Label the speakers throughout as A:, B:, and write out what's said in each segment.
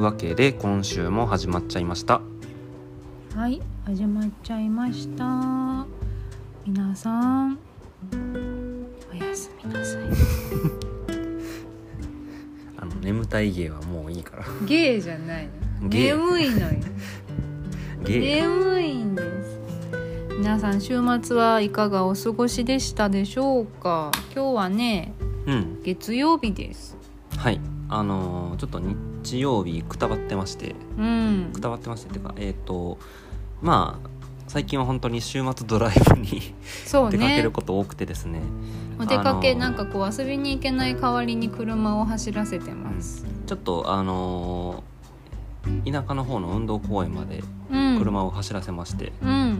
A: わけで今週も始まっちゃいました
B: はい始まっちゃいました皆さんおやすみなさい
A: あの眠たい芸はもういい から
B: ゲーじゃないの
A: ゲー
B: 眠いのよ
A: 芸
B: 眠いんです皆さん週末はいかがお過ごしでしたでしょうか今日はね
A: うん
B: 月曜日です
A: はいあのーちょっと日曜日くたばってまして
B: うん
A: くたばってましてっていうかえっ、とまあ最近は本当に週末ドライブに
B: そう
A: 出かけ
B: ね
A: ること多くてですね
B: お出かけ、
A: あのー
B: なんかこう遊びに行けない代わりに車を走らせてます
A: ちょっとあのー田舎の方の運動公園まで
B: うん
A: 車を走らせまして、
B: うん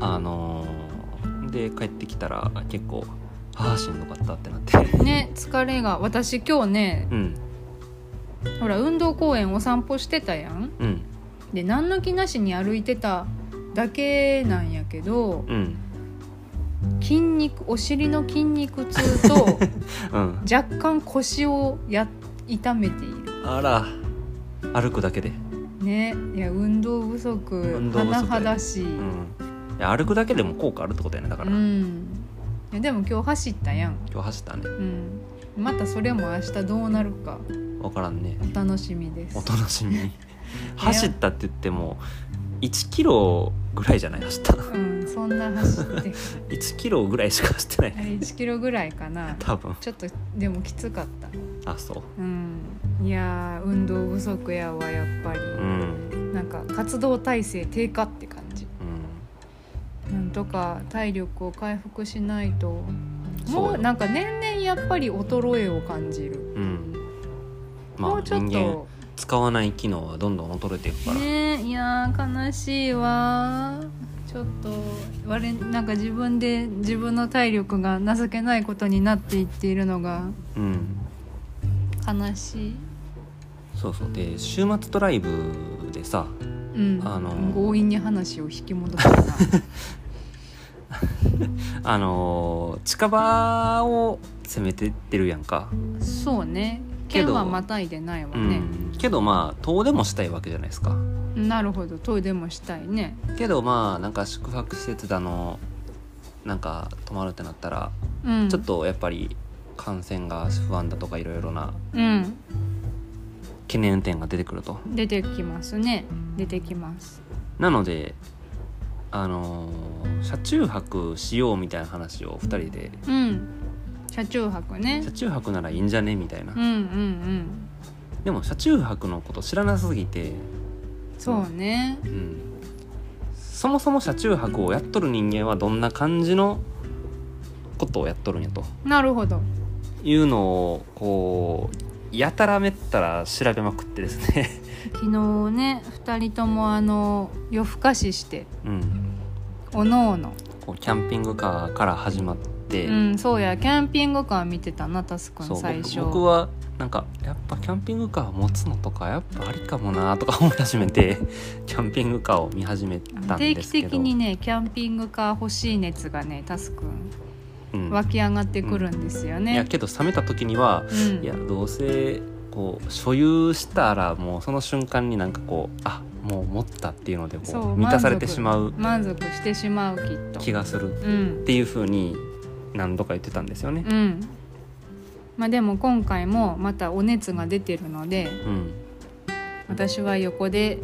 A: あのーで帰ってきたら結構ああしんどかったってなって
B: ね疲れが私今日ね
A: うん
B: ほら運動公園お散歩してたやん
A: うん
B: で何の気なしに歩いてただけなんやけど
A: うん
B: 筋肉お尻の筋肉 痛と
A: うん
B: 若干腰をや痛めている
A: あら歩くだけで、
B: ねいや運動不足
A: 運動不足
B: 甚だしい、
A: う
B: うん
A: ん、いや歩くだけでも効果あるってことやねだから、
B: いやでも今日走ったやん、
A: 今日走ったね
B: うん、またそれも明日どうなるか
A: 分からんね
B: お楽しみです
A: お楽しみに 走ったって言っても1キロぐらいじゃない走った
B: うん、そんな走って
A: 1キロぐらいしか走ってな
B: あ
A: い
B: れ1キロぐらいかな
A: 多分
B: ちょっとでもきつかった
A: あそう
B: うんいやー運動不足やわやっぱり、
A: うん
B: なんか活動体制低下って感じなんとか体力を回復しないと
A: うん
B: も
A: そううよ
B: なんか年々やっぱり衰えを感じる、
A: うんま
B: も
A: あ
B: うちょっ
A: 人間
B: と
A: 使わない機能はどんどん衰えていくから、
B: ねえいやー悲しいわちょっと我なんか自分で自分の体力が情けないことになっていっているのが
A: うん
B: 悲しい、
A: そうそうで週末ドライブでさ
B: うん、
A: あのー
B: 強引に話を引き戻したな
A: あのー近場を攻めてってるやんか、
B: そうね
A: けど
B: 県はまたいでないわ
A: う
B: ね、
A: ん、けどまあ遠出もしたいわけじゃないですか
B: なるほどトイレもしたいね
A: けどまあなんか宿泊施設だのなんか泊まるってなったら、
B: うん
A: ちょっとやっぱり感染が不安だとかいろいろな
B: うん
A: 懸念点が出てくると
B: 出てきますね出てきます
A: なのであのー車中泊しようみたいな話を2人で
B: うん車中泊ね
A: 車中泊ならいいんじゃねみたいな
B: うんうんうん
A: でも車中泊のこと知らなすぎて、
B: そうね
A: うん、そもそも車中泊をやっとる人間はどんな感じのことをやっとるんやと
B: なるほど
A: いうのをこうやたらめったら調べまくってですね、
B: 昨日ね2人ともあの夜更かしして
A: うん、
B: おのおの
A: こうキャンピングカーから始まって、
B: うんそうやキャンピングカー見てたなタスく
A: そ
B: ん
A: う
B: 最初
A: 僕僕はなんかやっぱキャンピングカー持つのとかやっぱありかもなとか思い始めて キャンピングカーを見始めたん
B: 定
A: で
B: 期
A: すけど
B: 的にねキャンピングカー欲しい熱がねタスくん
A: うん
B: 湧き上がってくるんですよ
A: いや
B: ね、
A: けど冷めた時には
B: うん
A: いやどうせこう所有したらもうその瞬間になんかこうあもう持ったっていうのでこ
B: そう
A: う満たされて
B: 満足
A: しまう
B: 満足してしまうきっと
A: 気がするっ
B: うん
A: ていうふうに何度か言ってたんですよね。
B: うんまあでも今回もまたお熱が出てるので
A: うん、
B: 私は横で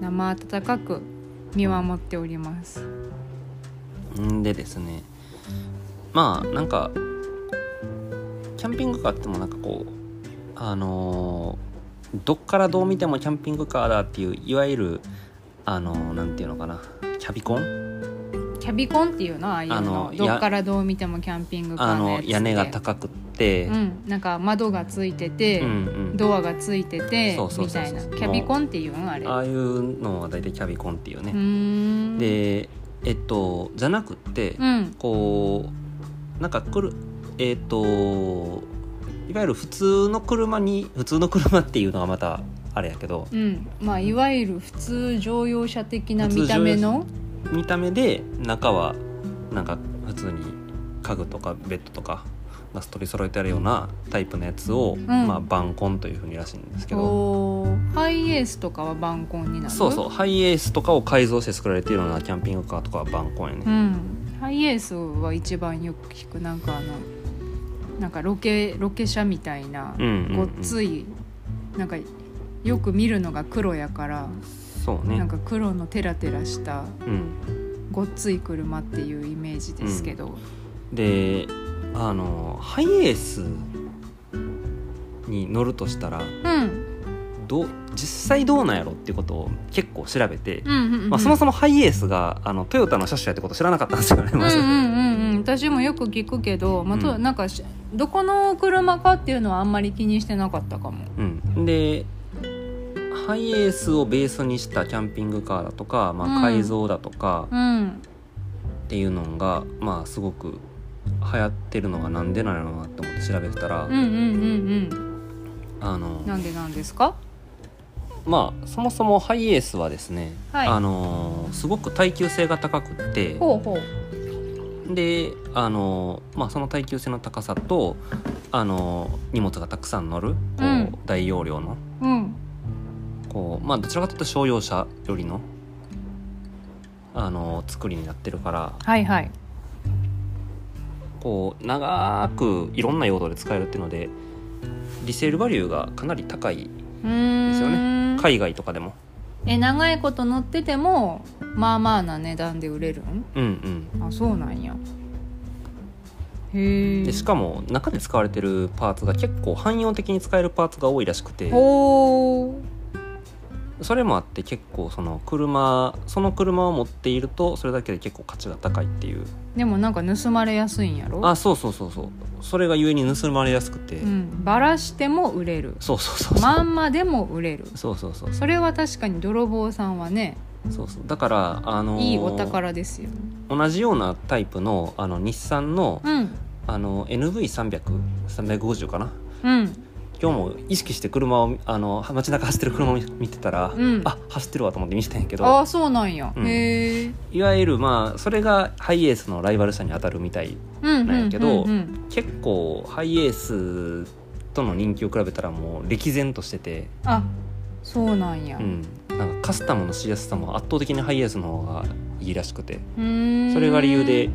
B: 生温かく見守っております
A: んでですねまあなんかキャンピングカーってもなんかこうあのーどっからどう見てもキャンピングカーだっていういわゆるあのーなんていうのかなキャビコン
B: キャビコンっていうのああいうの
A: あの
B: どっからどう見てもキャンピングカ
A: あ
B: ーのや
A: の
B: つで
A: 屋根が高くって、
B: うん、なんか窓がついてて、
A: うんうん
B: ドアがついてて
A: そうそう
B: み
A: そう
B: た
A: そう
B: いなキャビコンっていうんあれ
A: ああいうのは大体キャビコンっていう
B: うー
A: ね、
B: ん
A: でえっとじゃなくって、
B: うん
A: こうなんかくるえっといわゆる普通の車に普通の車っていうのがまたあれやけど
B: うんまあいわゆる普通乗用車的な見た目の
A: 見た目で中はなんか普通に家具とかベッドとかガス取り揃えてあるようなタイプのやつを、まあ、バンコンというふうにらしいんですけど
B: おーハイエースとかは晩婚になる
A: そうそうハイエースとかを改造して作られているようなキャンピングカーとかはバンコンやね、
B: うん、ハイエースは一番よく聞くなんかあのなんかロケロケ車みたいな、
A: うんうんうん
B: ごっついなんかよく見るのが黒やから、
A: そうね
B: なんか黒のテラテラした
A: うん
B: ごっつい車っていうイメージですけど、
A: であのハイエースに乗るとしたら
B: うん、
A: どう実際どうなんやろっていうことを結構調べて、
B: うんうんうん
A: まあ、そもそもハイエースがあのトヨタの車種やってこと知らなかったんですよね、まず
B: うんうんうんうん私もよく聞くけど、まあと
A: うん
B: なんかしどこの車かっていうのはあんまり気にしてなかったかも。
A: うん、でハイエースをベースにしたキャンピングカーだとか、ま
B: うん
A: あ、改造だとか
B: うん、
A: っていうのが、まあ、すごく流行ってるのがなんでなのかなって思って調べてたら、
B: うんうんうん
A: あ
B: う
A: の
B: んなんでなんですか
A: まあそもそもハイエースはですね、
B: はい
A: あのーすごく耐久性が高くって
B: ほうほう
A: であのー、まあ、その耐久性の高さとあのー荷物がたくさん乗るこう、
B: うん
A: 大容量の
B: うん
A: こう、まあ、どちらかというと商用車よりの、あのー作りになってるから
B: はいはい
A: こう長くいろんな用途で使えるっていうのでリセールバリューがかなり高いう
B: ーん
A: ですよね海外とかでも。
B: え長いこと乗っててもまあまあな値段で売れるん
A: うんうん
B: あそうなんやへえ
A: でしかも中で使われてるパーツが結構汎用的に使えるパーツが多いらしくて
B: ほう
A: それもあって結構その車その車を持っているとそれだけで結構価値が高いっていう
B: でもなんか盗まれやすいんやろ
A: あそうそうそうそうそれが故に盗まれやすくて、
B: うん、バラしても売れる
A: そうそうそうそう、
B: まんまでも売れる
A: そうそうそう
B: それは確かに泥棒さんはね
A: そうそうだからあのー
B: いいお宝ですよ、
A: 同じようなタイプのあの日産の,、
B: うん
A: あの NV300350 かな
B: うん
A: 今日も意識して車をあの街中走ってる車を見てたら、
B: うん
A: あ走ってるわと思って見せたんやけど
B: ああそうなんや、
A: うん
B: へえ
A: いわゆるまあそれがハイエースのライバル社に当たるみたい
B: うんうん
A: なんやけど
B: うんうん
A: 結構ハイエースとの人気を比べたらもう歴然としてて、
B: あそうなんや
A: うん、なんかカスタムのしやすさも圧倒的にハイエースの方がいいらしくて
B: うーん
A: それが理由で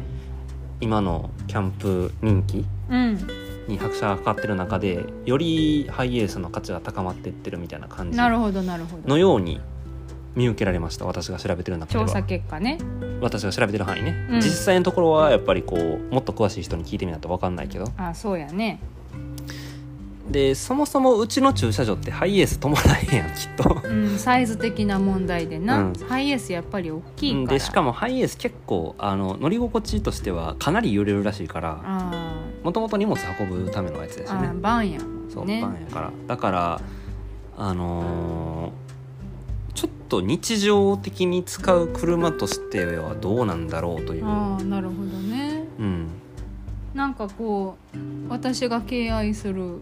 A: 今のキャンプ人気
B: うん
A: に拍車がかかってる中でよりハイエースの価値が高まってってるみたいな感じ
B: なるほどなるほど
A: のように見受けられました私が調べてる中で
B: 調査
A: は
B: 結果ね
A: 私が調べてる範囲ね、
B: うん
A: 実際のところはやっぱりこうもっと詳しい人に聞いてみないと分かんないけど
B: あそうやね
A: でそもそもうちの駐車場ってハイエース止まらへんやんきっと
B: うんサイズ的な問題でな、
A: うん
B: ハイエースやっぱり大きいから
A: でしかもハイエース結構あの乗り心地としてはかなり揺れるらしいから
B: あ
A: もともと荷物運ぶためのやつで
B: ー
A: すよ
B: あ
A: ね
B: ーバンやもんね
A: そう、バンやからだからあのーちょっと日常的に使う車としてはどうなんだろうという、
B: ああなるほどね
A: うん、
B: なんかこう私が敬愛する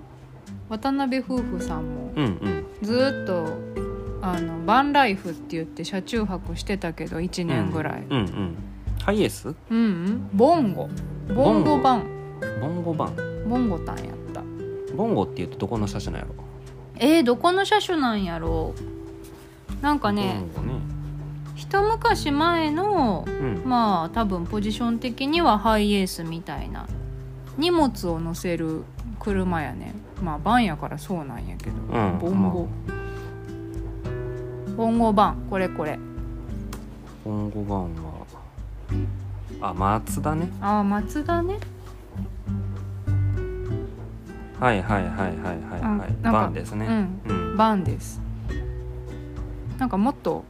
B: 渡辺夫婦さんも
A: うんうん
B: ずーっとあのバンライフって言って車中泊してたけど1年ぐらい、
A: うんうんハイエース
B: うん、うんボンゴボンゴバン
A: ボンゴバン
B: ボンゴタンやった
A: ボンゴっていうとどこの車種なんやろ
B: えー、どこの車種なんやろうなんかね、
A: ボンゴね
B: 一昔前の
A: うん
B: まあ多分ポジション的にはハイエースみたいな荷物を載せる車やねまあバンやからそうなんやけど、
A: うん
B: ボンゴ、ボンゴバンこれこれ
A: ボンゴバンはあマツダね
B: ああ松田ね
A: はいはいはいはいはい
B: あ
A: はい
B: なんか
A: バンですね
B: う
A: うん
B: バンですなんかもっと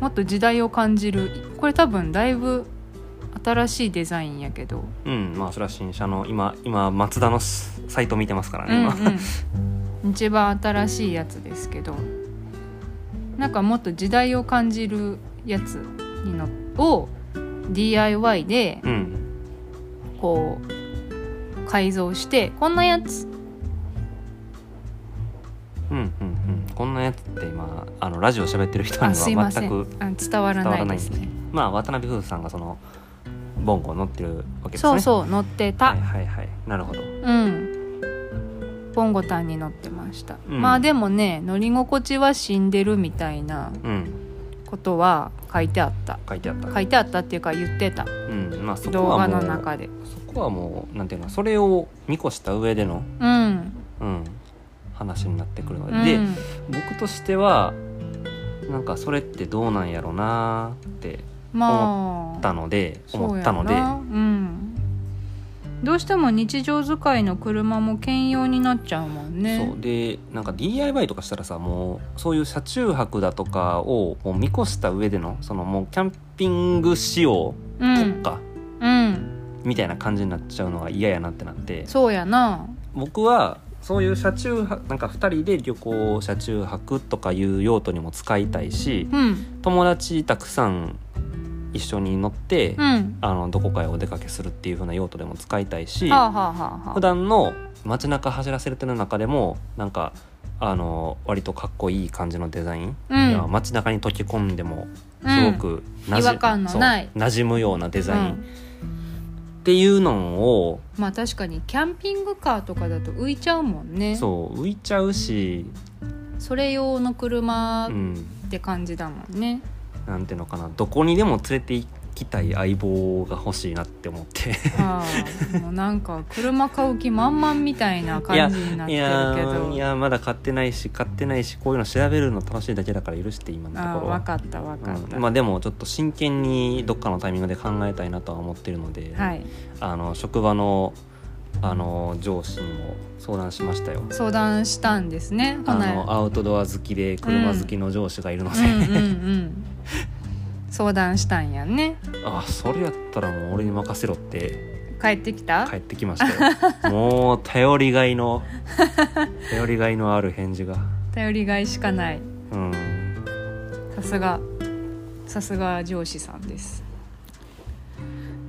B: もっと時代を感じるこれ多分だいぶ新しいデザインやけど、
A: うんまあそれは新車の今今マツダのスサイト見てますから
B: う
A: ね
B: ん
A: 今
B: うん、一番新しいやつですけどなんかもっと時代を感じるやつにのを DIY で
A: うん
B: こう改造してこんなやつ
A: うんうんうんこんなやつって今あのラジオ喋ってる人
B: あ
A: に
B: すいま
A: は
B: せ
A: 全
B: ん
A: く
B: あ伝わらないですね
A: まあ渡辺夫婦さんがそのボンゴ乗ってるわけですね
B: そう
A: う
B: そう乗ってた、
A: はいはいはいなるほど
B: うんボンゴタンに乗ってました、
A: うん
B: まあでもね乗り心地は死んでるみたいな
A: うん
B: ことは書いてあった
A: 書いてあった
B: 書いてあったっていうか言ってた
A: うんまあそこ
B: 動
A: は
B: 画
A: も
B: の
A: う
B: 中で
A: そこはもうなんていうのそれを見越した上での、
B: うん
A: うん、話になってくるの
B: うん
A: で、僕としてはなんかそれってどうなんやろうなーって
B: ま
A: 思っ
B: あ
A: たので
B: そう
A: 思っ
B: や
A: た
B: な
A: ので
B: うんどうしても日常使いの車も兼用になっちゃうもんね
A: そうでなんか DIY とかしたらさもうそういう車中泊だとかをもう見越した上でのそのもうキャンピング仕様
B: う
A: 特
B: ん
A: 化
B: うん
A: みたいな感じになっちゃうのが嫌やなってなって
B: そうやな
A: 僕はそういう車中泊なんか2人で旅行車中泊とかいう用途にも使いたいし
B: うん
A: 友達たくさん一緒に乗って、
B: うん
A: あのどこかへお出かけするっていう風な用途でも使いたいし
B: はあはあはあは
A: 普段の街中走らせてる中でもなんかあの割とかっこいい感じのデザイン、
B: うん
A: いや街中に溶け込んでも
B: あ
A: すごくな
B: 違和感の
A: そう
B: ない
A: 馴染むようなデザイン、
B: うん
A: っていうのを
B: まあ確かにキャンピングカーとかだと浮いちゃうもんね
A: そう浮いちゃうし、
B: それ用の車
A: う
B: っ
A: ん、
B: て感じだもんね、
A: なんていうのかなどこにでも連れて行きたい相棒が欲しいなって思って
B: ああもうなんか車買う気満々みたいな感じになっ
A: い
B: て
A: や
B: るけ
A: ーい
B: ど
A: やーまだ買ってないし買ってないしこういうの調べるの楽しいだけだから許して今のと
B: ああ
A: ころは
B: 分かった分かった、
A: うんまあ、でもちょっと真剣にどっかのタイミングで考えたいなとは思ってるので、
B: はい
A: あの職場のあの上司にも相談しましたよ。
B: 相談したんですねほ
A: あ
B: な
A: のアウトドア好きで車好きの上司がいるので、
B: うんうんうん相談したんやね
A: あそれやったらもう俺に任せろって
B: 帰ってきた、
A: 帰ってきま したよもう頼りがいの頼りがいのある返事が
B: 頼りがいしかない
A: うん
B: さすがさすが上司さんです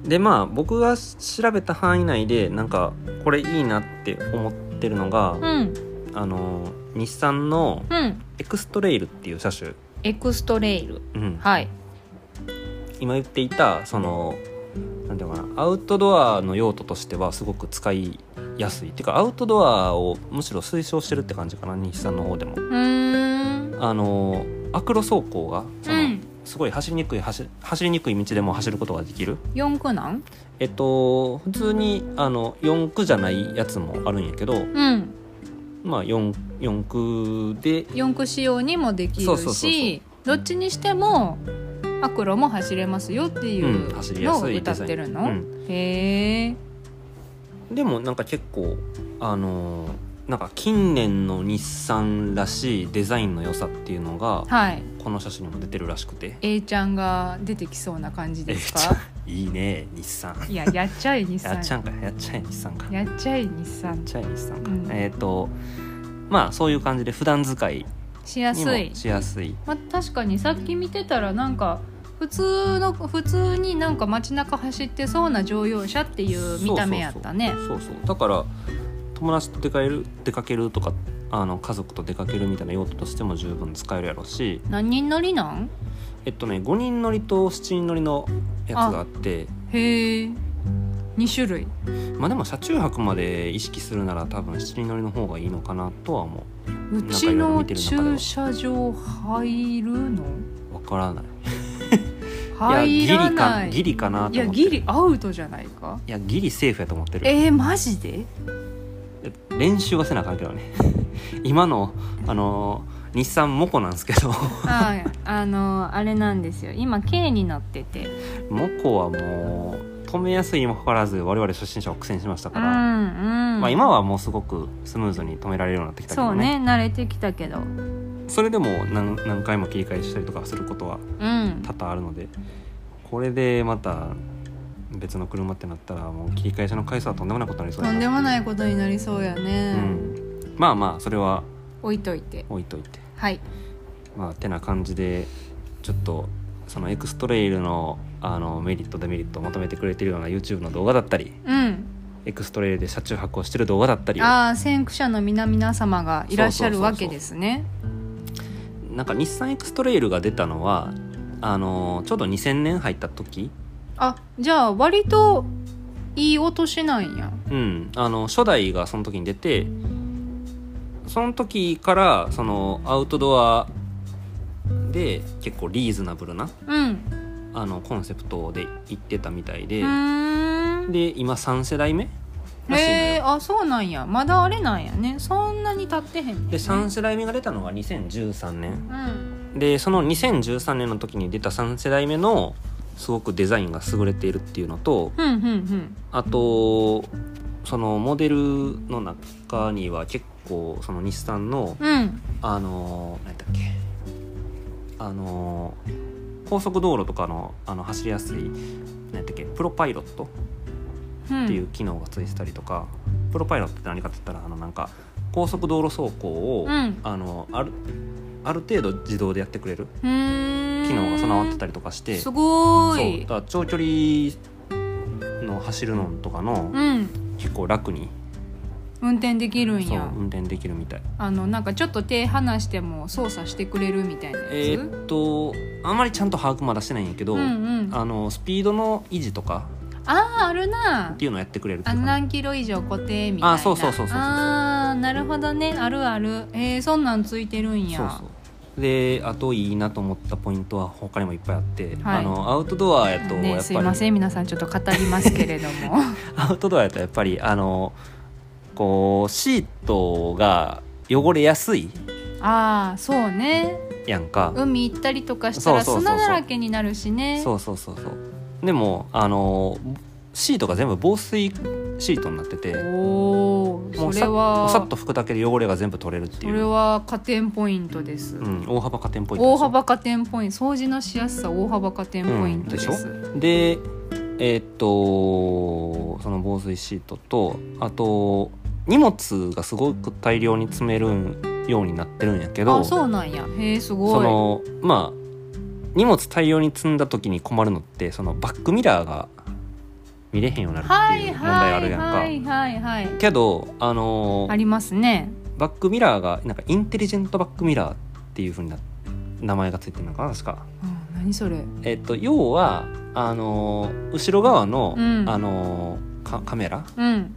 A: でまあ僕が調べた範囲内でなんかこれいいなって思ってるのが、
B: うん
A: あの日産の
B: うん
A: エクストレイルっていう車種、
B: エクストレイル
A: うん
B: はい
A: 今言っていたそのなんていうのかなアウトドアの用途としてはすごく使いやすいっていうかアウトドアをむしろ推奨してるって感じかな日産の方でも。
B: うーん
A: あのアクロ走行がその、
B: うん
A: すごい走りにくい走走りにくい道でも走ることができる、
B: 四駆なん
A: えっと、普通にあの4駆じゃないやつもあるんやけど、
B: うん
A: まあ、4, 4駆で
B: 四駆仕様にもできるし
A: そうそうそうそ
B: どっちにしてもアクロも走れますよってい
A: うん
B: う
A: 走りや
B: のを
A: すいデ
B: 歌っ
A: ザイン
B: てるの、
A: うん
B: へえ
A: でもなんか結構あのーなんか近年の日産らしいデザインの良さっていうのが
B: はい
A: この写真にも出てるらしくて
B: A ちゃんが出てきそうな感じです
A: えーち
B: か
A: ゃんいいね日産
B: いややっちゃえ日
A: や
B: 産
A: っちゃんかやっちゃえ日産かやっ
B: やっちゃえ日産
A: ちゃえ日産か、
B: うん
A: えっ、とまあそういう感じで普段使い
B: しやす
A: に
B: い
A: もしやすい
B: まあ、確かにさっき見てたらなんか普通の普通になんか街中走ってそうな乗用車っていう見た目やったね
A: そうそうそうだから友達と出かける出かけるとかあの家族と出かけるみたいな用途としても十分使えるやろうし
B: 何人乗りなん
A: えっとね5人乗りと7人乗りのやつがあって
B: へえ2種類
A: まあでも車中泊まで意識するなら多分七人乗りの方がいいのかなとは思
B: うちの駐車場入るの
A: うわからない
B: 入
A: いやギ
B: ら
A: リか
B: ない
A: ギリかなと
B: や
A: 思ってる
B: ギリアウトじゃないか
A: いやギリセーフやと思ってる
B: えー、マジ で
A: 練習はせなあかんけどね 今のあのー日産モコなんですけど
B: はいあのあれなんですよ今軽に乗ってて
A: モコはもう止めやすいにもかかわらず我々初心者は苦戦しました
B: う
A: か
B: んうん
A: ら、まあ、今はもうすごくスムーズに止められるようになってきたけ
B: そ
A: ど
B: う
A: ね
B: ね慣れてきたけど
A: それでも何何回も切り返したりとかすることは
B: うん
A: 多々あるのでこれでまた別の車ってなったらもう切り返しの回数はとんでもないことになりそう
B: と
A: だ
B: んで
A: な、
B: もないことになりそうや
A: う
B: ね、
A: ん、まあまあそれは
B: 置いといて
A: 置いといて
B: はい
A: まあてな感じでちょっとそのエクストレイルのあのメリットデメリットをまとめてくれてるような YouTube の動画だったり
B: うん
A: エクストレイルで車中泊をしてる動画だったり
B: ああ先駆者の皆々様がいらっしゃるわけですね
A: なんか日産エクストレイルが出たのはあのちょうど2000年入った時
B: あじゃあ割といいお年なんや
A: うん、あの初代がその時に出てその時からそのアウトドアで結構リーズナブルな
B: うん
A: あのコンセプトで行ってたみたいで、
B: うーん
A: で今3世代目らしいの
B: へえ
A: よ、
B: あそうなんやまだあれなんやねそんなに経ってへんねん
A: で
B: ね
A: 3世代目が出たのが2013年
B: うん
A: でその2013年の時に出た3世代目のすごくデザインが優れているっていうのと
B: ふんふんふん
A: あとそのモデルの中には結構その日産の
B: うん
A: あのー、何だっけあのー高速道路とかのあの走りやすい何だっけプロパイロット
B: うん
A: っていう機能がついてたりとか、プロパイロットって何かって言ったらあのなんか高速道路走行を、
B: うん
A: あのあるある程度自動でやってくれる
B: うーん
A: 機能が備わってたりとかして、
B: す
A: そう
B: ごー
A: だ
B: い
A: から長距離の走るのとかの
B: うん
A: 結構楽に、
B: 運転できるん
A: そう
B: や
A: 運転できるみたい。
B: あのなんかちょっと手離しても操作してくれるみたいなやつ、
A: えーっとあんまりちゃんと把握まだしてないんやけど、
B: うんうんあ
A: あのスピードの維持とか
B: あーあるな
A: っていうのをやってくれるって
B: あ
A: いう
B: の
A: か
B: 何キロ以上固定みたいな
A: あそうそうそうそうそう
B: ああなるほどねあるあるえー、そんなんついてるんや
A: そうそうであといいなと思ったポイントは他にもいっぱいあって、
B: はい
A: あのアウトドアやとや
B: ね、
A: っ
B: すいま
A: ぱ
B: せ
A: り、
B: ん皆さんちょっと語りますけれども
A: アウトドアやとやっぱりあのこうシートが汚れやすい
B: ああそうね
A: やんか、
B: 海行ったりとかしたら
A: そうそうそうそ
B: 砂
A: う
B: だらけになるしね
A: そうそうそうそうでもあのシートが全部防水シートになってて
B: お
A: も
B: お
A: う
B: そ
A: さ
B: れは
A: さっと拭くだけで汚れが全部取れるって
B: そ
A: い
B: れ
A: う、
B: は加点ポイントです、
A: うん、大幅加点ポイント
B: 大
A: ですよ
B: 幅加点ポイント掃除のしやすさ大幅加点ポイントです、
A: うんでえーっとその防水シートとあと荷物がすごく大量に詰めるようになってるんやけど
B: あそうなんやへえすご
A: そ
B: い
A: のまあ荷物大量に積んだ時に困るのってそのバックミラーが見れへんようになる
B: は
A: ってい
B: いう
A: 問題
B: は
A: ある
B: い
A: やんか。
B: はいはいはい
A: けど、あのー
B: ありますね
A: バックミラーがなんかインテリジェントバックミラーっていうふうな名前がついてるのかな確か。
B: うん何それ
A: えっと、要はあのー後ろ側の,、
B: うん
A: あのーカカメラ
B: うん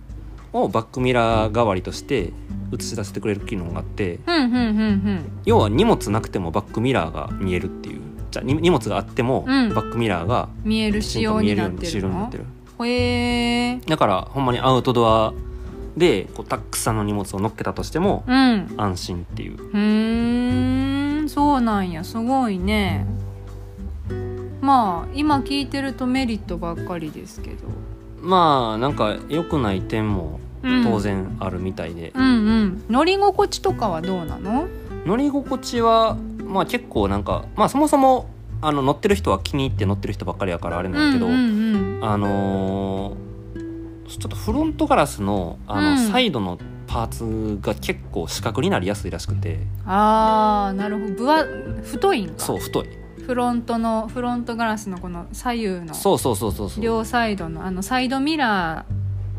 A: をバックミラー代わりとして映し出してくれる機能があって
B: ふんふんふんふん
A: 要は荷物なくてもバックミラーが見えるっていうじゃあに荷物があっても、
B: うん
A: バックミラーが
B: 見える
A: きち
B: 仕
A: んと
B: 様
A: 見え
B: に
A: るよ
B: な
A: う
B: っ
A: に
B: て
A: 仕
B: る
A: 様になっ
B: の
A: てる
B: へえ
A: だからほんまにアウトドアでこうたくさんの荷物を乗っけたとしても
B: うん
A: 安心っていう
B: うーんそうなんやすごいねまあ今聞いてるとメリットばっかりですけど、
A: まあなんか良くない点も
B: うん
A: 当然あるみたいで、
B: うんうん乗り心地とかはどうなの
A: 乗り心地はまあ結構なんかまあそもそもあの乗ってる人は気に入って乗ってる人ばっかりやからあれなんやけど、
B: うんうん
A: あのーちょっとフロントガラスのあの、
B: うん
A: サイドのパーツが結構四角になりやすいらしくて
B: うん、ああなるほどぶわ太いんか
A: そう太い
B: フロントのフロントガラスのこの左右の
A: そうそうそうそうそう
B: 両サイドのあのサイドミラ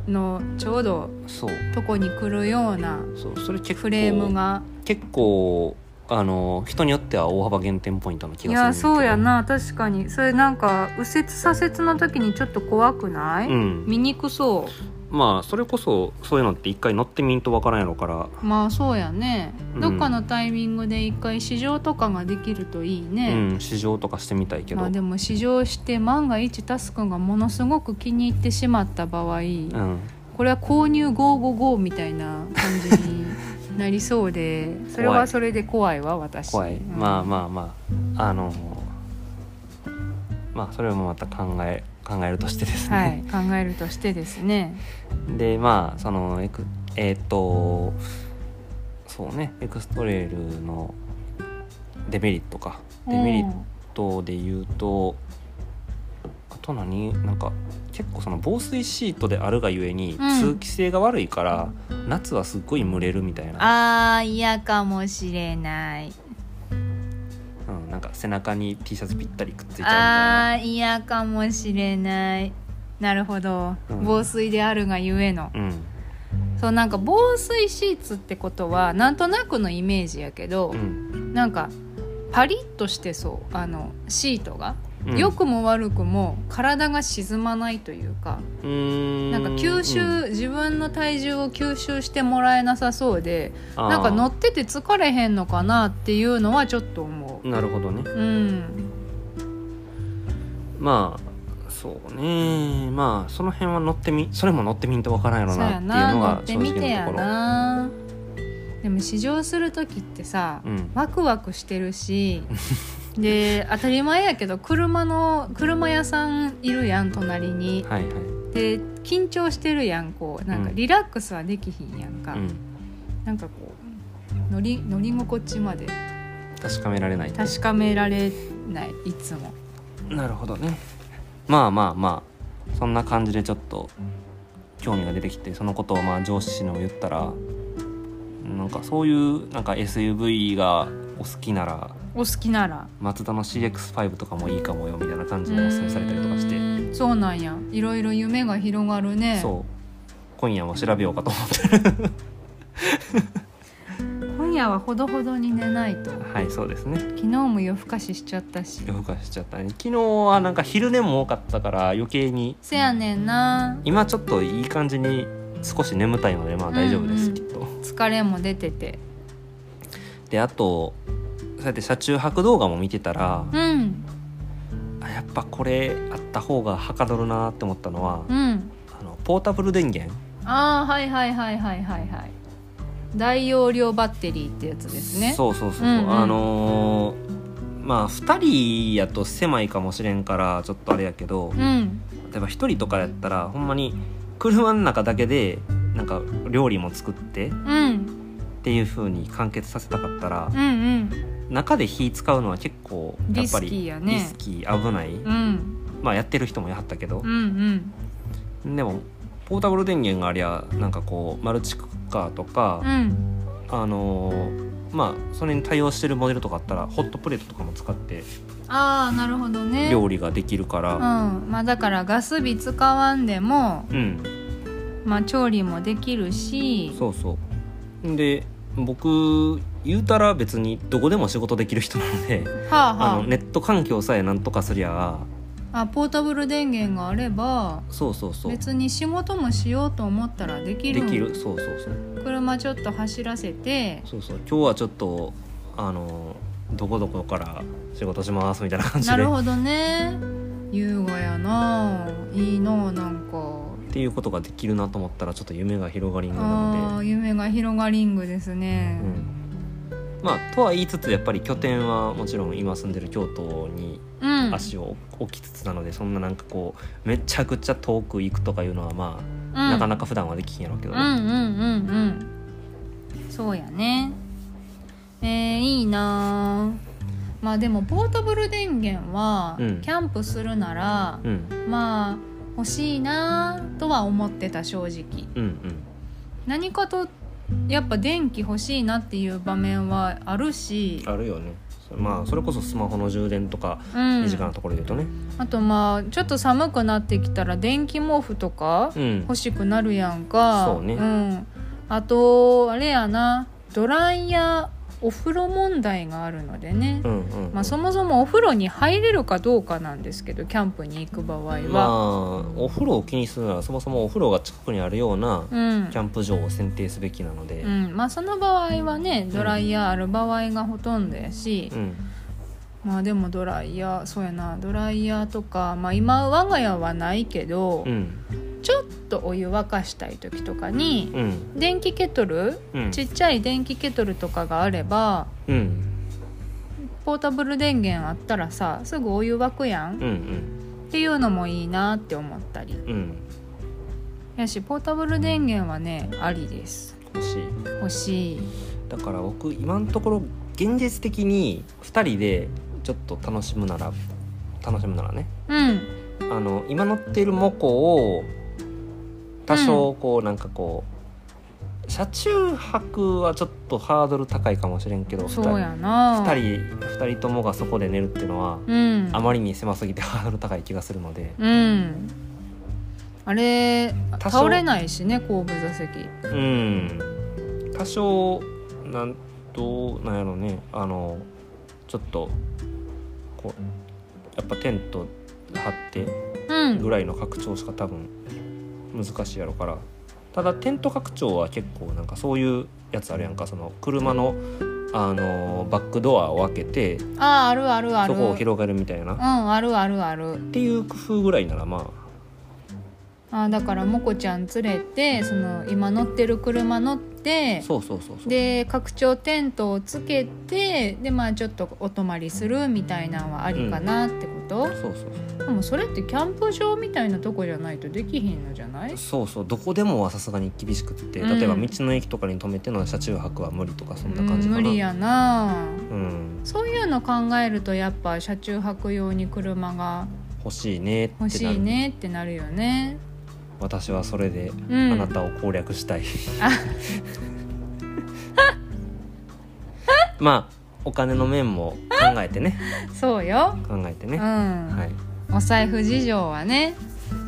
B: ーのちょうど
A: そう
B: とこに来るような
A: そうそれ結構
B: フレームが
A: 結構あのー人によっては大幅減点ポイントの気
B: い
A: がするん
B: や
A: けど
B: そうやな確かにそれなんか右折左折の時にちょっと怖くない、
A: うん
B: 見にくそ
A: まあそれこそそういうのって一回乗ってみんとわからんやろから
B: うまあそうやね、
A: うん
B: どっかのタイミングで一回試乗とかができるといいうね、
A: ん試乗とかしてみたいけど、
B: まあでも試乗して万が一タスくんがものすごく気に入ってしまった場合、
A: うん
B: これは購入555みたいな感じになりそ うでそれはそれで怖いわ私
A: 怖い、
B: うん
A: まあまあまああのまあそれもまた考え考えるとしてですね、
B: はい考えるとしてですね
A: でまあそのエクえーっとそうねエクストレイルのデメリットか デメリットで言うとあと何なんか結構その防水シートであるがゆえに
B: うん
A: 通気性が悪いから、夏はすっごい蒸れるみたいな、
B: ああ嫌かもしれない
A: うん、なんか背中に T シャツぴったりくっついちゃうみたいな。
B: あー嫌かもしれないなるほど、
A: うん
B: 防水であるがゆえの
A: うん
B: そうなんか防水シーツってことはなんとなくのイメージやけど
A: う、ん
B: なんかパリッとしてそうあのシートが
A: うん
B: 良くも悪くも体が沈まないというか
A: うーん
B: なんか吸収自分の体重を吸収してもらえなさそうでなんか乗
A: の
B: ってて疲れへんのかなっていうのはちょっと思
A: なるほどね
B: う。うん
A: まあそうねまあその辺は乗ってみそれも乗ってみんとわからんやろ
B: そう
A: な
B: や
A: っていう
B: な
A: の
B: 乗
A: が
B: って
A: 正
B: みて
A: 直な
B: や
A: ところ
B: なでも試乗する時ってさ、
A: うん
B: ワクワクして るしで当たり前やけど車の車屋さんいるやん隣に
A: はいはい
B: で緊張してるやんこうなんか
A: うん
B: リラックスはできひんやんか、
A: うん
B: なんかこう乗り乗り心地まで
A: 確かめられない
B: 確かめられないいつも
A: なるほどねまあまあまあそんな感じでちょっと興味が出てきてそのことをまあ上司の言ったらなんかそういうなんか SUV がお好きなら
B: お好きなら
A: マツダの CX5 とかもいいかもよみたいな感じでおすすめされたりとかして
B: うーんそうなんやいろいろ夢が広がるね
A: そう今夜も調べようかと思って
B: 今夜はほどほどに寝ないと
A: はいそうですね
B: 昨日も夜更かししちゃったし
A: 夜更かししちゃったね昨日はなんか昼寝も多かったから余計に
B: せやねんな
A: 今ちょっといい感じに少し眠たいのでまあ大丈夫です、
B: うんうん
A: きっと
B: 疲れも出てて
A: であとそうやって車中泊動画も見てたら、
B: うん
A: あやっぱこれあった方がはかどるなって思ったのは、
B: うん
A: あのポータブル電源
B: ああはいはいはいはいはいはい大容量バッテリーってやつですね
A: そうそうそうそう、
B: うんうん
A: あのーまあ2人やと狭いかもしれんからちょっとあれやけど、
B: うん
A: 例えば1人とかやったらほんまに車の中だけでなんか料理も作ってっ
B: うん
A: ていう風に完結させたかったら
B: うんうん
A: 中で火使うのは結構やっぱり
B: リスキーやね
A: リスキー危ない、
B: うん
A: まあやってる人もやはったけど
B: うんう、ん
A: でもポータブル電源がありゃなんかこうマルチクッカーとか、
B: うん
A: あのーまあそれに対応してるモデルとかあったらホットプレートとかも使って
B: ああなるほどね
A: 料理ができるか
B: うん
A: ら、
B: まあだからガス火使わんでも
A: うん、
B: まあ調理もできるし
A: そうそうで僕言うたら別にどこでも仕事できる人なので、
B: はあ
A: あの
B: は
A: ネット環境さえなんとかすりゃ
B: ああポータブル電源があれば
A: そうそうそう
B: 別に仕事もしようと思ったらでき
A: で
B: る
A: きるそうそうそう
B: 車ちょっと走らせて
A: そうそう今日はちょっとあのどこどこから仕事しますみたいな感じ
B: な
A: で
B: る
A: っ
B: ほどね優雅やないいななんか
A: ていうことができるなと思ったらちょっと夢が広がりにな
B: あ
A: の
B: ー
A: で、
B: 夢が広がリングですね
A: う、ん、まあとは言いつつやっぱり拠点はもちろん今住んでる京都に
B: うん
A: 足を置きつつなので、そんななんかこうめちゃくちゃ遠く行くとかいうのはまあ
B: うん
A: なかなか普段はできひんやろうけど
B: うんうんうんうんそうやねえー、いいなあまあでもポータブル電源はキ
A: うん
B: ャンプするなら、
A: うん
B: まあ欲しいなあとは思ってた正直
A: うん
B: 何かとやっぱ電気欲しいなっていう場面はあるし
A: うん、あるよねそまあそれこそスマホの充電とか
B: うん
A: 身、近なところで言うとね
B: あとまあちょっと寒くなってきたら電気毛布とか
A: うん、
B: 欲しくなるやんか
A: そうね
B: ん、あとあれやなドライヤーお風呂問題があるのでね、
A: うんうんうん
B: まあ、そもそもお風呂に入れるかどうかなんですけどキャンプに行く場合は、
A: まあお風呂を気にするならそもそもお風呂が近くにあるような
B: うん
A: キャンプ場を選定すべきなので、
B: うんまあ、その場合はねドライヤーある場合がほとんどやし
A: う、ん
B: まあでもドライヤーそうやなドライヤーとか、まあ、今我が家はないけど、
A: うん
B: ちょっとお湯沸かしたい時とかに、
A: うん
B: 電気ケトル
A: うん
B: ちっちゃい電気ケトルとかがあれば
A: うん
B: ポータブル電源あったらさすぐお湯沸くやん
A: うんうん
B: っていうのもいいなって思ったり
A: うん
B: やしポータブル電源はねありです
A: 欲しい
B: 欲しい
A: だから僕今のところ現実的に2人でちょっと楽しむなら楽しむならね
B: うん
A: あの今乗っているモコを多少こうなんかこう、車中泊はちょっとハードル高いかもしれんけど
B: そうや
A: 2
B: な
A: 人二人二人ともがそこで寝るっていうのは、
B: うん
A: あまりに狭すぎてハードル高い気がするので、
B: うんあれ
A: 多少
B: 倒れないしね後部座席
A: うん、多少なんどうなんやろうねあのちょっとこうやっぱテント張って
B: うん
A: ぐらいの拡張しか多分難しいやろからただテント拡張は結構なんかそういうやつあるやんかその車の、あのーバックドアを開けて
B: あああるあるある
A: そこを
B: う
A: 広げるみたいなっ
B: んあるあるある
A: ていう工夫ぐらいならま
B: あーだからもこちゃん連れてその今乗ってる車乗っ
A: あ
B: て
A: そうそうそうそう
B: で拡張テントをつけてでまあちょっとお泊まりするみたいなのはありかなってこと、
A: そうそう
B: でもそれってキャンプ場みたいなとこじゃないとできひんのじゃない
A: そうそうどこでもはさすがに厳しくって
B: うん
A: 例えば道の駅とかに止めての車中泊は無理とかそんな
B: う
A: 感
B: ん
A: じかな
B: 無理やな
A: うん
B: そういうの考えるとやっぱ車中泊用に車が
A: 欲しいねってな
B: 欲
A: る
B: しいねってなるよね
A: 私はそれで
B: う
A: あ
B: ん
A: なたを攻略したい、 まあお金の面も考えてね
B: そうよ
A: 考えて
B: う
A: ね、
B: ん、
A: はい、
B: お財布事情はね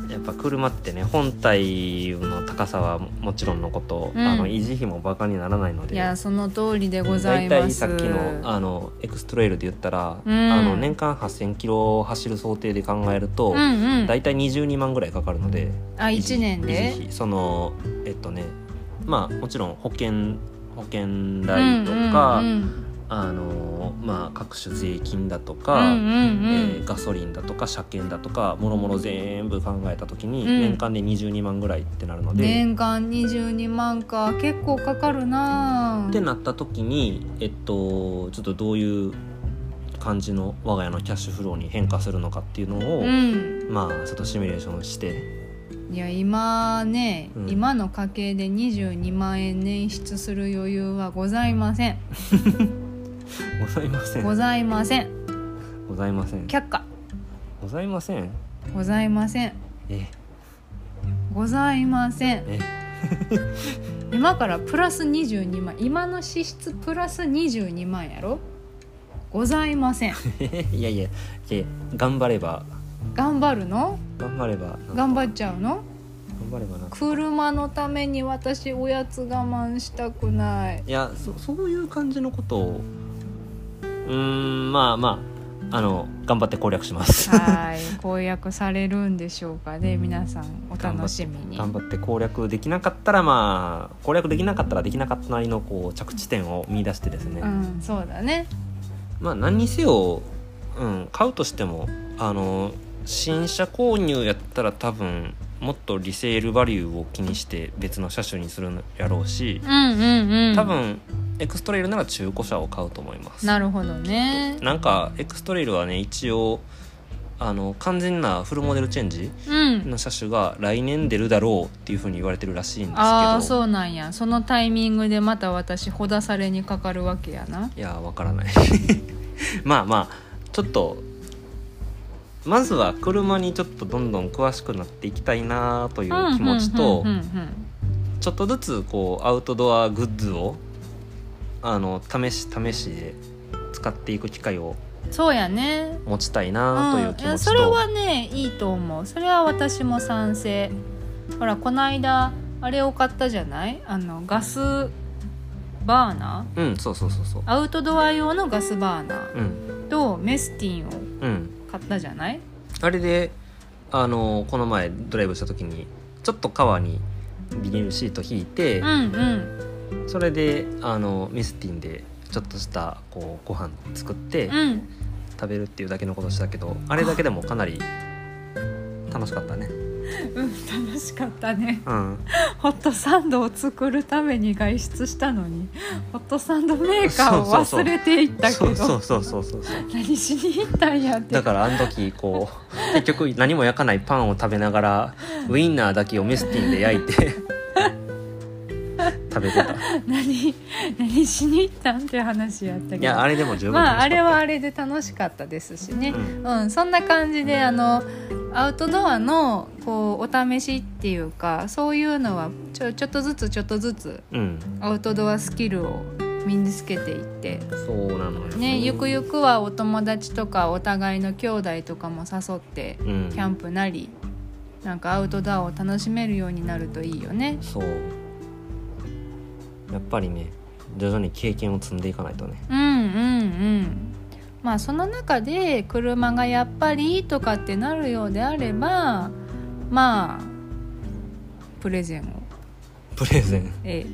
A: やっぱ車ってね本体の高さはもちろんのこと、
B: うん
A: あの維持費もバカにならないので
B: いやその通りでござ
A: だ
B: い
A: い
B: ま
A: た
B: す
A: いさっきのあのエクストレイルで言ったら、
B: うん
A: あの年間8,000キロを走る想定で考えると、
B: うんうん
A: だいたい22万ぐらいかかるので
B: あ1年
A: 維
B: で
A: 持費そのえっとねまあもちろん保険保険代とか、
B: うんうん
A: あのまあ各種税金だと
B: うん、
A: か、
B: うん
A: え
B: うん
A: ーガソリンだとか車検だとかもろもろ全部考えた時に、
B: うん
A: 年間で22万ぐらいってなるの
B: うん
A: で、
B: 年間22万か結構かかるな
A: ってなった時にえっとちょっとどういう感じの我が家のキャッシュフローに変化するのかっていうのを、
B: うん
A: まあちょっとシミュレーションして
B: いや今ね、
A: うん
B: 今の家計で22万円捻出する余裕はござい ません
A: ございません
B: ございません
A: ございません
B: 却下
A: ございません
B: ございません
A: え
B: ございません
A: え
B: 今からプラス22万今の支出プラス22万やろございません
A: いやいやいや頑張れば
B: 頑張るの
A: 頑張れば頑
B: 頑張っちゃうの
A: 張ればな
B: 車のために私おやつ我慢したくない
A: いやそそういう感じのことをうーんまあまああの頑張って攻略します
B: はい公約されるんでしょうかね皆さんお楽しみ に
A: 頑張って攻略できなかったらまあ攻略できなかったらできなかったなりのこう着地点を見出してですね、
B: うんそうだね
A: まあ何にせよ、うん、買うとしてもあの新車購入やったら多分もっとリセールバリューを気にして別の車種にするのやろうし
B: うんうんうん
A: 多分エクストレイルなら中古車を買うと思います
B: なるほどね
A: なんかエクストレイルはね一応あの完全なフルモデルチェンジ
B: うん
A: の車種が来年出るだろうっていうふうに言われてるらしいんですけど
B: ああそうなんやそのタイミングでまた私ほだされにかかるわけやない
A: やわからない まあまあちょっとまずは車にちょっとどんどん詳しくなっていきたいなという気持ちと
B: うんうんうん
A: ちょっとずつこうアウトドアグッズをあの試し試しで使っていく機会を
B: うんそうやね
A: 持ちたいなという気
B: うんい
A: 持
B: や
A: ち
B: それ
A: と、
B: はねいいと思うそれは私も賛成ほらこの間あれを買ったじゃないあのガスバーナー
A: うん、そうそうそうそう
B: アウトドア用のガスバーナー
A: うん
B: とメスティンを
A: うん
B: 買ったじゃない
A: あれであのこの前ドライブした時にちょっと川にビニールシート引いて、
B: うんうん
A: それであのミスティンでちょっとしたこうご飯作って
B: うん
A: 食べるっていうだけのことしたけどあれだけでもかなり楽しかったね
B: うん楽しかったね
A: うん
B: ホットサンドを作るために外出したのにホットサンドメーカーを
A: そうそうそう
B: 忘れていったけど
A: そうそうそうそうそうそう
B: 何しに行ったんやって
A: だからあの時こう結局何も焼かないパンを食べながらウインナーだけをミスティンで 焼いて食べてたい
B: 何何しに行ったんって話やったけど
A: やあれでも十分
B: まああ
A: 楽し
B: れ
A: かった
B: はあれで楽しかったですしね
A: う、ん
B: うんそんな感じであのアウトドアのこうお試しっていうかそういうのはちょちょっとずつちょっとずつ
A: うん
B: アウトドアスキルを身につけていって、
A: そうなのよ
B: ね、ゆくゆくはお友達とかお互いの兄弟とかも誘って
A: うん
B: キャンプなりなんかアウトドアを楽しめるようになるといいよね。
A: そうやっぱりね徐々に経験を積んでいかないとね
B: うんうんうんまあその中で車がやっぱりとかってなるようであればまあプレゼンを
A: プレゼン
B: え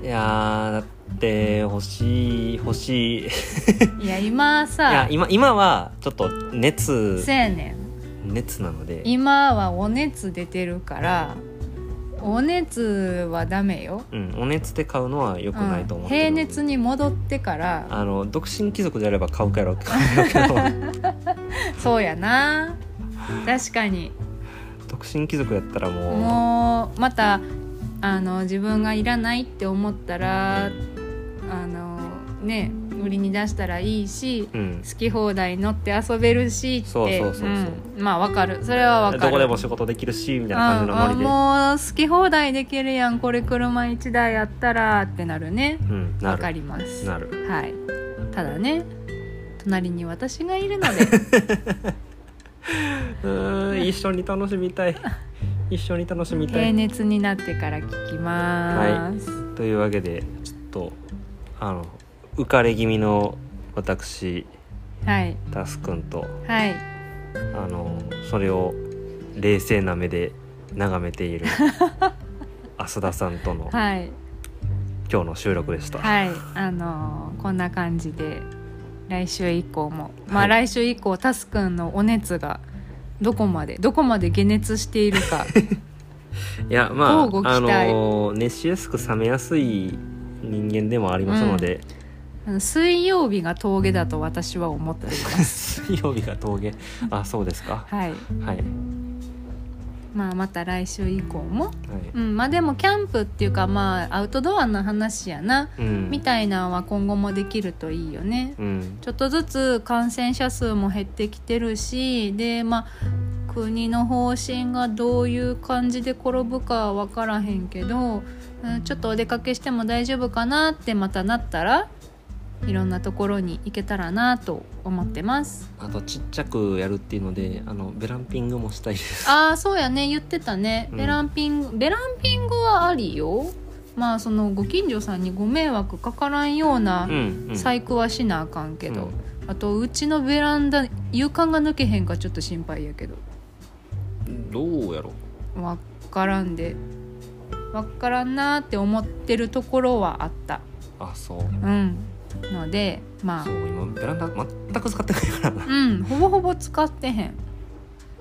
A: いやーだって欲しい欲しいい
B: えいや今
A: や
B: さ
A: 今今はちょっと熱
B: せやねん
A: 熱なので
B: 今はお熱出てるからお熱はダメよ、
A: うん、お熱で買うのは良くないと
B: う
A: 思
B: ん
A: って
B: 平
A: るので
B: 熱に戻ってから
A: あの独身貴族であれば買うから買うけど
B: そうやな確かに
A: 独身貴族やったらも
B: もうまたあの自分がいらないって思ったらあのね売りに出したらいいし
A: う、うん、
B: 好き放題乗って遊べるしって
A: そうそうそうそうん
B: まあわかるそれはわかる
A: どこでも仕事できるしみたいな感じのノリで、
B: うんあもう好き放題できるやんこれ車1台やったらってなるね
A: うん、な
B: わか
A: る
B: ります
A: なる
B: はいただね隣に私がいるので
A: うーん一緒に楽しみ たい一緒に楽 しみた
B: 平
A: い
B: 熱になってから聞きます、
A: というわけでちょっとあの浮かれ気味の私
B: はい
A: タスくんと
B: はい
A: あのそれを冷静な目で眺めて いる浅田さんとの
B: はい
A: 今日の収録でした。
B: はいあのーこんな感じで来週以降も
A: は
B: まあ
A: い
B: 来週以降タスくんのお熱がどこまでどこまで解熱している か
A: いやまあ、
B: 乞うご期待
A: あのー熱しやすく冷めやすい人間でもありますので、
B: あの水曜日が峠だと私は思っていま す
A: 水曜日が峠あそうですか
B: は
A: は
B: い
A: い、はい、
B: まあまた来週以降もうんまあでもキャンプっていうかまあアウトドアの話やな
A: うん
B: みたいなんは今後もできるといいよね
A: うん
B: ちょっとずつ感染者数も減ってきてるしでまあ国の方針がどういう感じで転ぶかは分からへんけどうんちょっとお出かけしても大丈夫かなってまたなったらいろんなところに行けたらなと思ってます
A: あとちっちゃくやるっていうのであのベランピングもしたいです
B: ああそうやね言ってたね
A: うん
B: ベランピング、ベランピングはありよまあそのご近所さんにご迷惑かからんような
A: うん、うん、
B: 細工はしなあかんけど、
A: うん
B: あとうちのベランダ勇敢が抜けへんかちょっと心配やけど
A: どうやろ
B: わっからんでわっからんなーって思ってるところはあった
A: あそう
B: うんのでま
A: そ
B: あ
A: う今ベランダ全く使ってないから な
B: うんほぼほぼ使ってへん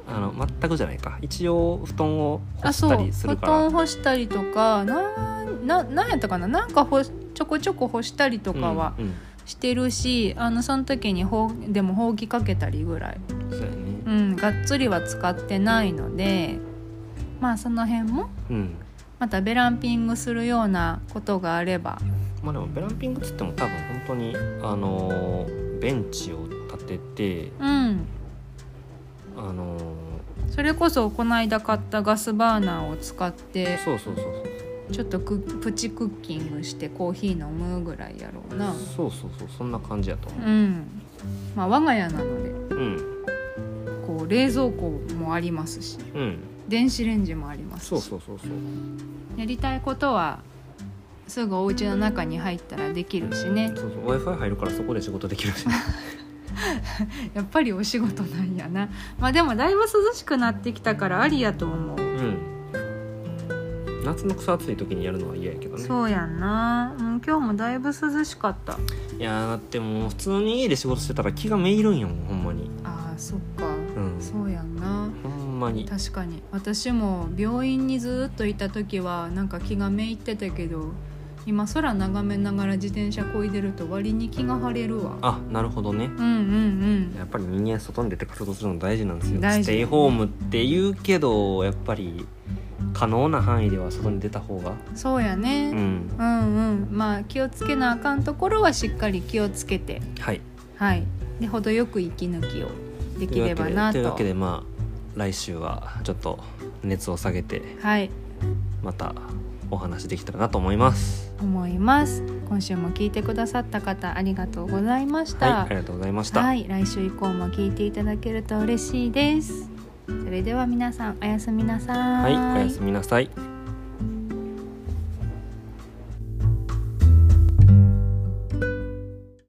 A: あの全くじゃないか一応布団を干
B: あ
A: し
B: そ
A: た
B: う
A: りする
B: 布
A: か
B: 団
A: ら
B: 干したりとかなななんやったかななんかほちょこちょこ干したりとかは
A: うん
B: してるし、あのその時にほうでもほうきかけたりぐらい
A: うんそうやね
B: うん、がっつりは使ってないのでまあその辺も
A: うん
B: またベランピングするようなことがあれば
A: まあでもベランピングっつっても多分本当にあのーベンチを立てて
B: うん
A: あの
B: それこそこの間買ったガスバーナーを使っ
A: ー
B: て
A: そうそうそう
B: ちょっとクプチクッキングしてコーヒー飲むぐらいやろうな
A: そうそうそうそうそんな感じやと思
B: うんまあ我が家なので
A: ううん
B: こう冷蔵庫もありますし
A: うん
B: 電子レンジもありますし
A: そうそうそうそう
B: やりたいことはすぐお家の中に入ったらできるしね
A: そうそう w i f i 入るからそこで仕事できる し
B: やっぱりお仕事なんやなまあでもだいぶ涼しくなってきたからありやと思う、
A: うん夏の草暑い時にやるのは嫌やけどね
B: そうやんな、うん、今日もだいぶ涼しかった
A: いやーだってもう普通に家で仕事してたら気がめいるんよもうほんまに
B: あーそっか
A: うん
B: そうやんな
A: ほんまに
B: 確かに私も病院にずっといた時はなんか気がめいってたけど今空眺めながら自転車こいでると割に気が晴れるわ
A: あなるほどね
B: うんうん
A: やっぱり人間外に出て活動するの大事なんですよ
B: 大事
A: ステイホームって言うけどやっぱり可能な範囲では外に出た方が
B: うんそうやね、
A: うん
B: うんうんまあ気をつけなあかんところはしっかり気をつけて
A: はい
B: はい、で程よく息抜きをできればな
A: と
B: と
A: いうわけでというわけでまあ来週はちょっと熱を下げて
B: はい
A: またお話できたらなと思います
B: 思います今週も聞いてくださった方ありがとうございまし
A: はい
B: た
A: ありがとうございました、
B: はい来週以降も聞いていただけると嬉しいですそれでは皆さんおやすみなさ
A: はいいおやすみなさい